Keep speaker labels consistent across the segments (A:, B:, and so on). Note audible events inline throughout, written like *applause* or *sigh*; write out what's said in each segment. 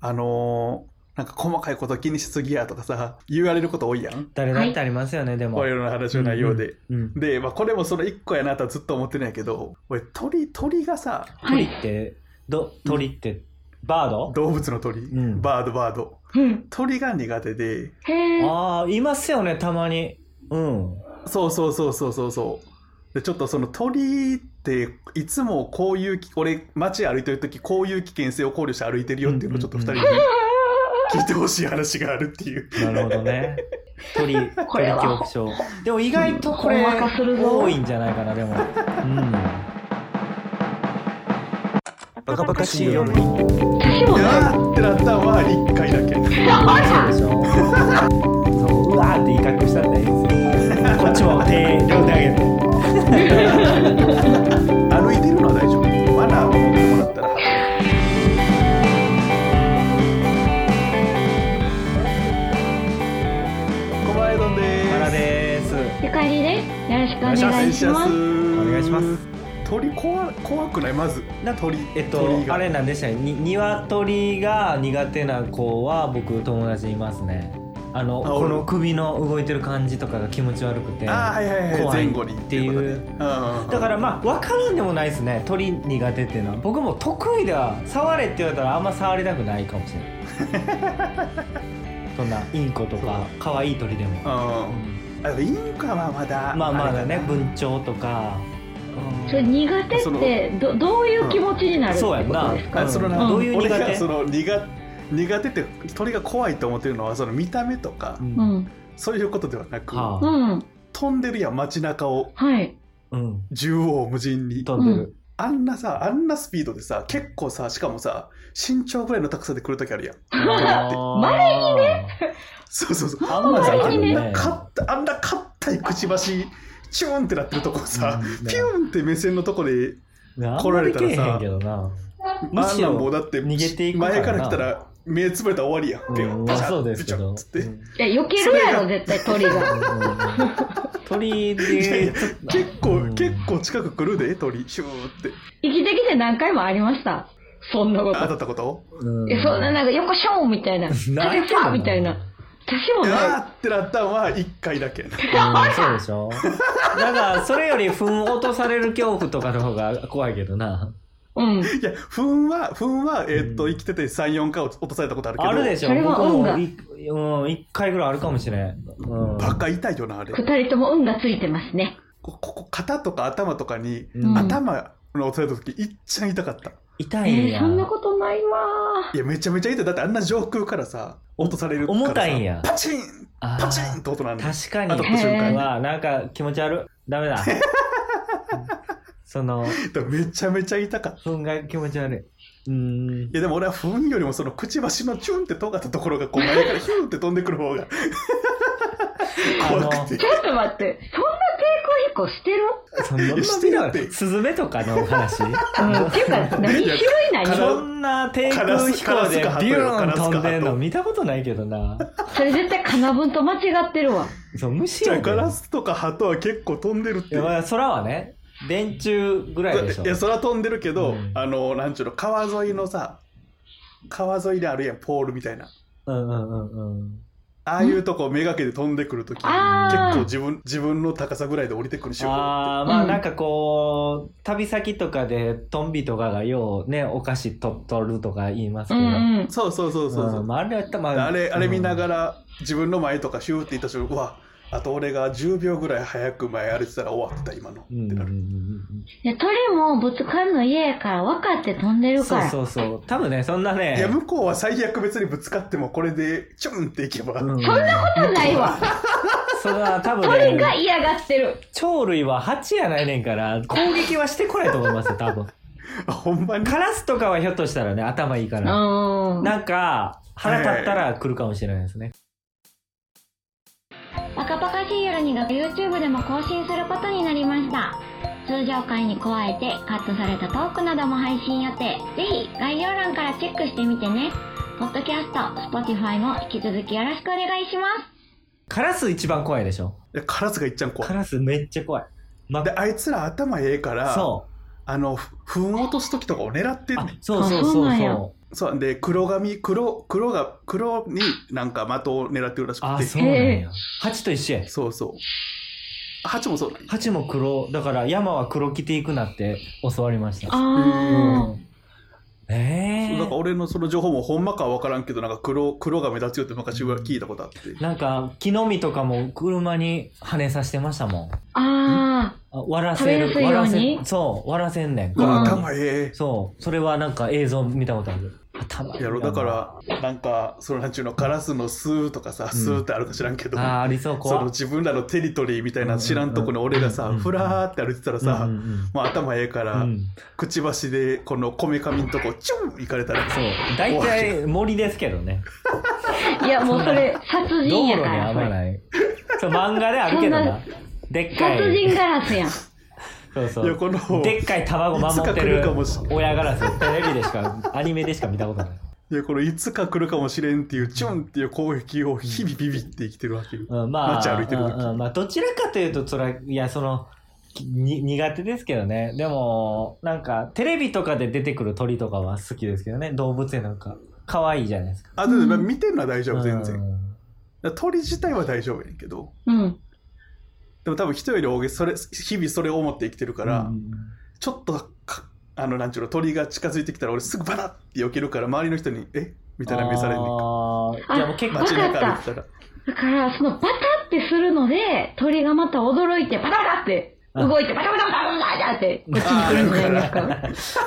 A: あのーなんか細かいこと気にしすぎやとかさ、言われること多いやん。
B: 誰だってありますよね、でも。
A: 俺らの話の内容で。
B: うん。うん
A: で、まあ、これもその一個やなとはずっと思ってないけど、俺、鳥、鳥がさ、
B: 鳥
C: はい。
B: って、ど鳥って、バード
A: 動物の鳥、
B: うん
A: バード、バード。
C: うん。
A: 鳥が苦手で、
C: へえ。
B: ああ、いますよね、たまに。うん。
A: そうそうそうそうそうそう。で、ちょっとその鳥って、いつもこういうき、俺、街歩いてるとき、こういう危険性を考慮して歩いてるよっていうのをちょっと二人に聞いてほしい話があるっていう。
B: なるほどね。鳥、鳥
C: これは
B: 恐怖症。でも意外とこれ、
C: ほんまかするぞ
B: 多いんじゃないかな、でも。うん。バカバカしいよ。
C: 私
A: い
C: もね、
A: やーってなったのは一回だけ。
B: そうでしょそううわーって威嚇したっていいですよこっちも手両手上げて
A: 歩いてるのは大丈夫。マナーを守ってもらったら。小前どんです。
B: 原です
C: ゆかりです。よろしくお
A: お
C: 願いします。
A: 願
B: いしますお願いし
A: 鳥怖怖くないまず
B: な
A: 鳥
B: えっ
A: 鳥
B: と
A: が
B: あれなんでしたねに鶏が苦手な子は僕友達いますねあの
A: あ
B: こ
A: 俺
B: の首の動いてる感じとかが気持ち悪くて
A: あーはいはいはい
B: 怖い
A: 前後に
B: っていう
A: ことでんんん
B: だからまあ分からんでもないですね鳥苦手っていうのは僕も得意では触れって言われたらあんま触りたくないかもしれない
A: *laughs*
B: そんなインコとか可愛い鳥でも、
A: うんあでもインカはまだ
B: まあまだ
A: れ
B: ね
A: かな
B: 文鳥とか、
C: それ苦手
A: その
C: ってどどういう気持ちになるって
B: そう
C: こ
B: やん
C: と
B: な
C: です
A: あ
C: か
A: そのな
C: うん
B: どういう苦
A: 俺
B: 手
A: がその苦苦手って鳥が怖いと思ってるのはその見た目とか、
B: うん
C: うん。
A: そういうことではなく、
B: は
C: うん。
A: 飛んでるやん街中を
C: はい。
B: うん
A: 縦横無尽に
B: 飛んでる、
A: あんなさあんなスピードでさ結構さしかもさ身長ぐらいの高さで来るときあるやん
B: まれにね
A: そうそうそう
B: あんま
A: さ
B: ない
A: あ
B: けど
A: ん
B: ね
A: なかったあんな硬いくちばしチューンってなってるとこさ、
B: うん
A: ピューンって目線のとこで
B: 来
A: 来られたらさ
B: へんけどなむ
A: あん
B: し
A: な
B: ろ
A: んもうだって
B: 逃げていくからな
A: 前から来たら目つぶれたら終わりやんピュ
B: う
A: ン
B: ん
A: ピ
B: ま
A: シ
B: あそ
A: ャ
B: う
A: ッ
B: です
A: ピ
B: け
A: チャ
B: ど
A: ッつって、
B: うん
C: いや、避けるや
A: そ
C: ろ、絶対鳥が。
B: *laughs* 鳥
A: いやい
B: で
A: や
B: ちょっと
A: 結構、
B: うん
A: 結構近く来るで鳥シューって
C: 生きてきて何回もありました。そんなこ
A: あ当た
C: と。
A: ったこと
B: うん
C: え、そんな、なんか、横ショーンみたいな。
B: な
C: 縦
B: い
C: ファーみたいな。私も
A: あ
C: ね、
A: ーってなったんは1回だけやな
B: うんそうでしょだからそれより糞落とされる恐怖とかの方が怖いけどな
C: うん。
A: いやふんはふんは、えーっと
B: うん
A: 生きてて34回落とされたことあるけど
B: あるでしょ
C: それは
B: 僕も
C: 運
B: いうん一回ぐらいあるかもしれんうん
A: バカ痛いよなあれ
C: 二人とも運がついてますね。
A: こここ肩とか頭とかに
B: うん
A: 頭の押された時いっちゃん痛かった
B: 痛
C: え
B: いん
C: ー、
B: や
C: そんなことないわ
A: いやめちゃめちゃ痛いだってあんな上空からさ落とされるからさ
B: 重たいんや
A: パチン
B: あー
A: パチンって音なんだ
B: 確かに
A: 当たった
C: へ
A: 瞬
C: ー
A: 間にだか
B: はなんか気持ち悪いダメ
A: *laughs*
B: だうんその
A: らめちゃめちゃ痛かった
B: 憤が気持ち悪いうーん
A: いやでも俺は糞よりもそのくちばしのチュンって尖ったところがこう前からヒュンって飛んでくる方が怖くて
C: ちょっと待って、そんな抵抗飛行してる
B: そんな
A: やしてるっ
B: ビデ
A: て
B: オスズメとかのお話
C: うん。っていうか、何種類ない
A: やから
B: そんな低空飛
A: カラ
B: 行
A: ス
B: で
A: カラス
B: ビューン
A: カラスカラス
B: 飛んでんの見たことないけどな
C: それ絶対カナブンと間違ってるわ。
B: そうむし
A: じゃ
B: ろ
A: あガラスとか鳩は結構飛んでるって
B: いやまあ空はね電柱ぐらいでしょ
A: いやそれは飛んでるけど、
B: うん
A: あのなんちゅうの川沿いのさ川沿いであるやんポールみたいな
B: うんうんうんうん
A: ああいうとこめがけて飛んでくるとき結
C: あー
A: 構自分自分の高さぐらいで降りてくるし
B: あーま
C: う
B: あ
C: ん
B: なんかこう、旅先とかでトンビとかがようねお菓子と取るとか言います
C: う
B: けど、
C: んうん。
A: そうそうそうそうそう、
B: んまあ、あれはやったらまあ
A: あれあれ見なが
B: ら、
A: ら自分の前とかシューっていった瞬間うわあと俺が10秒ぐらい早く前歩いてたら終わった今の、
B: うん
A: ってなる
C: いや、鳥もぶつかるの嫌やから分かって飛んでる
B: そう
C: から。
B: そうそう多分ねそんないね
A: や向こうは最悪別にぶつかってもこれでチュンっていけば、
B: うん
C: そんなことないわ。
B: それは多分
C: 鳥が
B: ね
C: 嫌がってる。
B: 鳥類は蜂やないねんから攻撃はしてこないと思いますよ多分
A: ほんまに
B: カラスとかはひょっとしたらね頭いいか
C: う
B: ら、
C: ん。
B: なんか腹立ったら来るかもしれないですね、
C: パカパカしい夜にが YouTube でも更新することになりました通常回に加えてカットされたトークなども配信予定ぜひ概要欄からチェックしてみてねポッドキャスト Spotify も引き続きよろしくお願いします
B: カラス一番怖いでしょ
A: いやカラスがいっちゃん怖
B: カ
A: い
B: ラスめっちゃ怖い、ま
A: であいつら頭ええから
B: そう
A: あのふ糞落とす時とかを狙ってん
B: あ
A: ねん
B: そうそう
C: あそう
B: そう
C: なんや
B: そ
A: そうで黒髪黒黒が黒になんか的を狙ってるらしく
B: ああ
A: てそ
B: そ
A: う
B: なん
C: ええ
B: や蜂と一緒や
A: うそうハチもそうなんや
B: 蜂も黒だから山は黒着ていくなって教わりました
C: あ
B: え
A: そ
B: え
A: うだから俺のその情報もほんまかは分からんけどなんか黒黒が目立つよって昔は聞いたことあって
B: なんか木の実とかも車に跳ねさせてましたもん
C: ああ
B: あ割らせる
C: 食べやすい
B: 割
C: ように
B: らせそう割らせんねん
A: うわ
C: うん
A: 頭え
B: そうそれはなんか映像見たことある頭い
A: え
B: い
A: やろだからなんかそのなんちゅうのカラスのスーとかさ、スーってあるか知らんけど
B: ああありそう
A: そ
B: 怖
A: の
B: っ
A: 自分らのテリトリーみたいな知らんとこに
B: うんうん
A: 俺がさ、
B: うんうん
A: ふらーって歩いてたらさ、
B: うんうん
A: もう頭ええか
B: う
A: ら、
B: んうん
A: くちばしでこのこめかみんとこチュン行かれたら
B: そう大体森ですけどね
C: あいやもうそれ殺
B: 道
C: 人
B: 路
C: や
B: に
C: から
B: は
C: そ
B: ま
C: れ
B: ないそう漫画であるけど
C: そんな
B: なでっか
C: 殺人
B: い
C: ガラスやん
B: そう
A: いや
B: そ
A: この
B: うでっかい卵守って
A: いつか来る
B: る
A: かもし
B: 親ガラステレビでしかアニメでしか見たことない
A: いやこのいつか来るかもしれんっていうチュンっていう攻撃を日々ビビって生きてるわけよ、
B: うん、まあ、
A: 街歩いてる時
B: うんうんまあ、どちらかというと、それは、いや、その、きに苦手ですけどね。でも、なんか、テレビとかで出てくる鳥とかは好きですけどね。動物園なんか、可愛いじゃないですか。
A: あでもまあ見てるのは大丈夫全
B: う
A: 然、
B: ん
A: 鳥自体は大丈夫やんけど
C: うん
A: でも多分人より大げそれ日々それを思って生きてるから、
B: うん
A: ちょっとかあのなんちゅうの鳥が近づいてきたら俺すぐバタッて避けるから周りの人に「えみたいな目されんねん
B: あーいや、もう結構
C: あ、
A: 街中歩いてたら
C: だからそのバタってするので鳥がまた驚いてバタバタって動いてバタバタバタバタバタってこっちに来るんじゃないです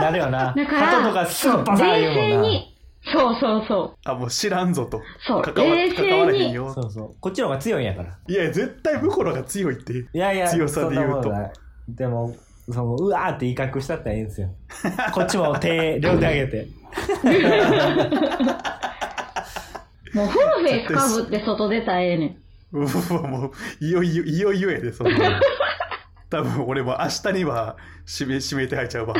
B: *laughs* なるよな。
C: だから
B: 鳩とかすぐバサー
C: 冷
B: 言う
C: 静
B: もん
C: にそうそうそう
A: あもう知らんぞと
C: そう
A: 関わ
C: 冷静に
A: 関わらへん
B: な。
A: よ
B: そうそう。こっちの方が強いんやから。
A: いや絶対向こうの方が強いって
B: いやいや、
A: 強さで言うと
B: そんなもんないでも、そのうわーって威嚇したったらいいんですよ。こっちも手、両手上げて。
C: もうフルフェイスかぶって外出たらええねん
A: うわもういよいよいよいよや
C: *laughs*
A: でそんな多分俺も明日には指名指名手配ちゃうわ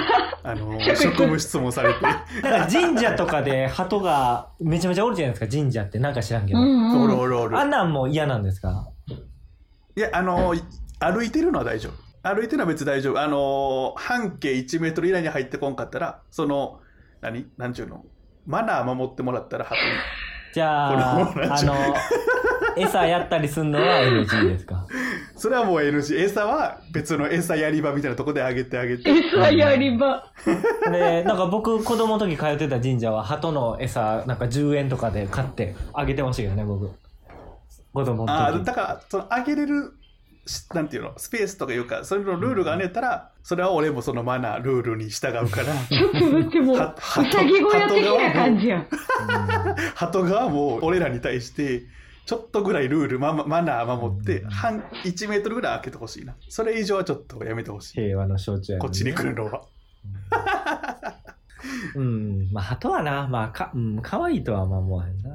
A: あの職務質問されて
B: なんか神社とかで鳩がめちゃめちゃおるじゃないですか、神社って。なんか知らんけ
C: う
B: ど。
C: ん
A: お
C: *laughs* う
A: る
C: ん
A: おるおる
B: あんなんも嫌なんですか
A: いやあの歩いてるのは大丈夫歩いてるのは別に大丈夫あの半径1メートル以内に入ってこんかったらその何なんちゅうのマナー守ってもらったら鳩に
B: じゃあ、
A: これも同
B: あ
A: じ
B: の、餌やったりすんのは NG ですか
A: それはもう NG 餌は別の餌やり場みたいなとこであげてあげて
C: 餌やり場
B: で、なんか僕、子供の時通ってた神社は鳩の餌、なんか10円とかで買ってあげてましたけどね、僕。子供
A: ああ
B: の時
A: だ。からその上げれるしなんていうのスペースとかいうかそれのルールがあんねやったら、それは俺もそのマナールールに従うから
C: ちょっと待ってもう
A: は
C: う
A: は
C: さぎ小屋的な感じやん
A: *laughs* 鳩側も俺らに対してちょっとぐらいルール、ま、マナー守って半1メートルぐらい開けてほしいなそれ以上はちょっとやめてほしい
B: 平和の象徴やの
A: こっちに来るのは
B: うん。まあ、鳩はな、まあ、か、うん、可愛いとはまあ思わへんな。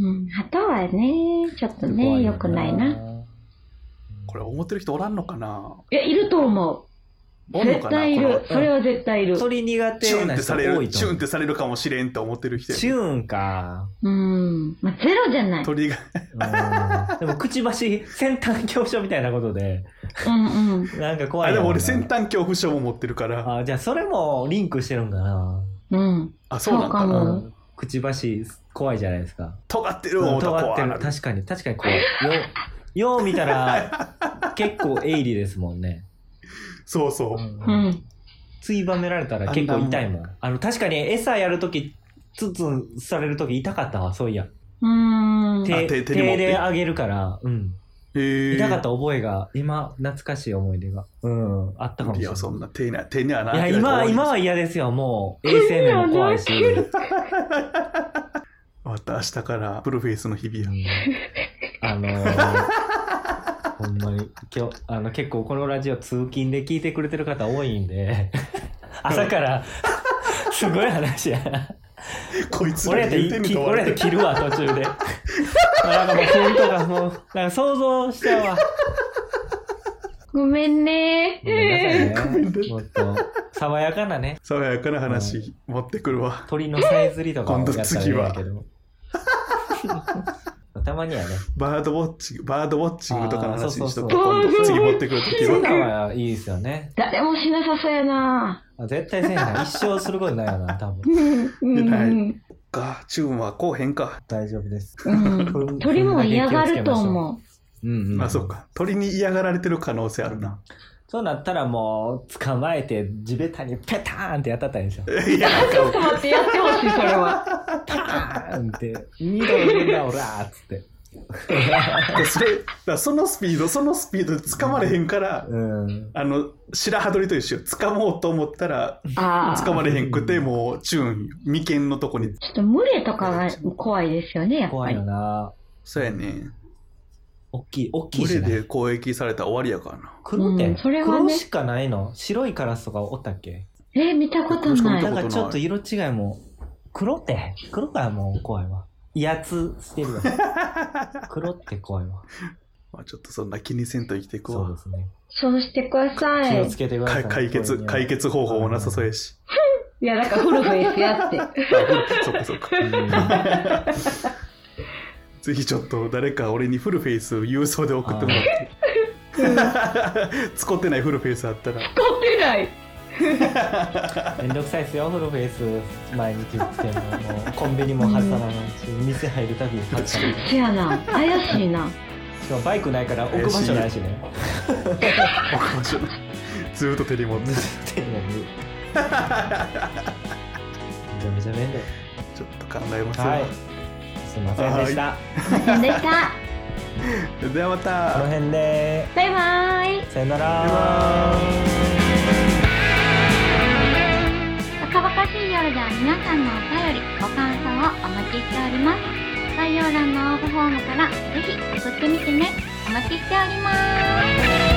C: うん鳩はねちょっと
B: 怖
C: ね良くないな。
A: これ思ってる人おらんのかない
C: やいると思
A: お
C: う
A: の
C: ん
A: か
C: 絶
A: な
C: 対い
A: こ
C: る
A: の
B: の
C: それは絶対いる
B: 鳥苦
A: チュ
B: 手
A: ン
B: な
A: って
B: 人
A: さ
B: 多
A: れる
B: い
A: チ
B: と
A: ュン
B: 思
A: っ
B: う
A: て。されるかもしれんと思ってる人
B: チューンか。
C: うんまあゼロじゃない
A: 鳥が
B: うんでも、くちばし、先端教所みたいなことで、
C: うんうん
B: なんか怖い
A: あ
B: な。
A: でも俺先端恐怖症も持ってるから
B: あ、じゃあ、それもリンクしてるんかな。
C: うん
A: あそうなん
C: そう
A: だ
C: かもん
B: うんくちばし、怖いじゃないですか。
A: 尖ってる
B: うん
A: 男
B: 尖
A: は
B: ってる。確かに、確かに怖い。よ、よう見
A: *laughs*
B: たら、結構鋭利ですもんね。
A: そうそう、
C: うん
B: ついばめられたら結構痛いもん。あの、確かに餌やるとき、ツツンされるとき痛かったわ、そういや。
C: うん
A: あ
B: 手、
A: 手
B: 手
A: 手に持って
B: であげるから、うん。
A: へえ
B: 痛かった覚えが、今、懐かしい思い出が、うん、あったかもし
A: い
B: れな
A: や、
B: い。
A: そんな手には、手にはな。
B: いや、今、今は嫌ですよ。もう、衛生面も怖いし。
A: また明日から、プルフェイスの日々や。
B: あのー、
A: *laughs*
B: ほんまに、今日、あの、結構このラジオ通勤で聞いてくれてる方多い
A: *laughs*
B: んで、朝から、すごい話や。
A: こいつ
B: 俺や
A: ら
B: って
A: 言ってんの
B: き、
A: と
B: 俺やって切るわ、途中で。なんかもう、ふんとかもう、なんか想像しちゃうわ。
C: ごめんね
B: ごめんなさい
A: ごめんな
B: ね
A: さ。い
B: もっと、爽やかなね、
A: 爽やかな話、持ってくるわ。
B: 鳥のさえずりとかもやったらいいんだけど。
A: *laughs*
B: たまにはね。
A: バードウォッチング、バードウォッチングとかの話にしとく
C: あーそうそうそう
A: 今度次持ってくるとき
B: そんな
A: は。
B: んはいいですよね。
C: 誰もしなさそうやな
B: あ絶対せんない。一生する *laughs* ことないよな、多分。
C: うんう
A: い
C: ん
A: やない
C: うん
A: か、チューンはこうへんか。
B: 大丈夫です。
C: うん鳥も嫌がると思う
B: うん、うん。
A: あ、そう。か。鳥に嫌がられてる可能性あるな。
B: そうなったらもう、捕まえて、地べたにペターンってやったったんでしょ。
A: いや、
C: ちょっと待ってやってほしいそれ
B: *laughs*
C: は
B: パーンって、二度入れんな、おらーっつって。
A: それ、だからそのスピード、そのスピードで掴まれへんから、
B: うん。
A: あの、白羽鳥と一緒。掴もうと思ったら、
C: ああ
A: 掴まれへんくて、もう、チューン、眉間のとこに。
C: ちょっと群れとかが怖いですよねやっ
B: 怖
C: ぱ
B: い
C: り
B: よな。
A: そうやね。
B: 大きい、大きい
A: 群
B: し
A: れ
B: な。
A: で攻撃されたら終わりやからな。
B: 黒って、
C: うんそれはね
B: 黒しかないの白いカラスとかおったっけ
C: え見たことな
A: 見た
B: なん
C: い
A: こと
B: か
A: ない
B: ちょっと色違いも、黒って、黒がもう怖いわ。威圧して *laughs* るわ。黒って怖いわ。
A: まあ、ちょっとそんな気にせんと生きていく
B: そうで
A: わ。
B: すね。
C: そうしてくださ
B: 気を
C: い
B: つけてくださ
A: か
B: い。
A: 解決、解決方法もなさそうや
B: *laughs*
A: し。
C: いやだからフルフェイスやって
A: あ、ふそっかそっか。
B: うん。
A: ぜひちょっと誰か俺にフルフェイス郵送で送ってもらって。 *laughs* 使ってないフルフェイスあったら。
C: 撮ってない
B: めんどくさいですよ、フルフェイス。毎日来ても、もうコンビニも挟まないし、店入るたびに挟まない。し
C: せやな怪しいな
B: *laughs* かもバイクないから置く場所ないしね。 *laughs*
A: 僕もちょっとずーっと手に持って。
B: 店内にめちゃめちゃ面倒。
A: ちょっと考えますわ
B: はい。すいませんでした。
C: でした
A: ではまた。
B: この辺で、
C: バイバーイ
B: さよなら。
C: 若々しい夜では皆さんのお便り、ご感想をお待ちしております。概要欄の応募フォームからぜひ送ってみてね。お待ちしております。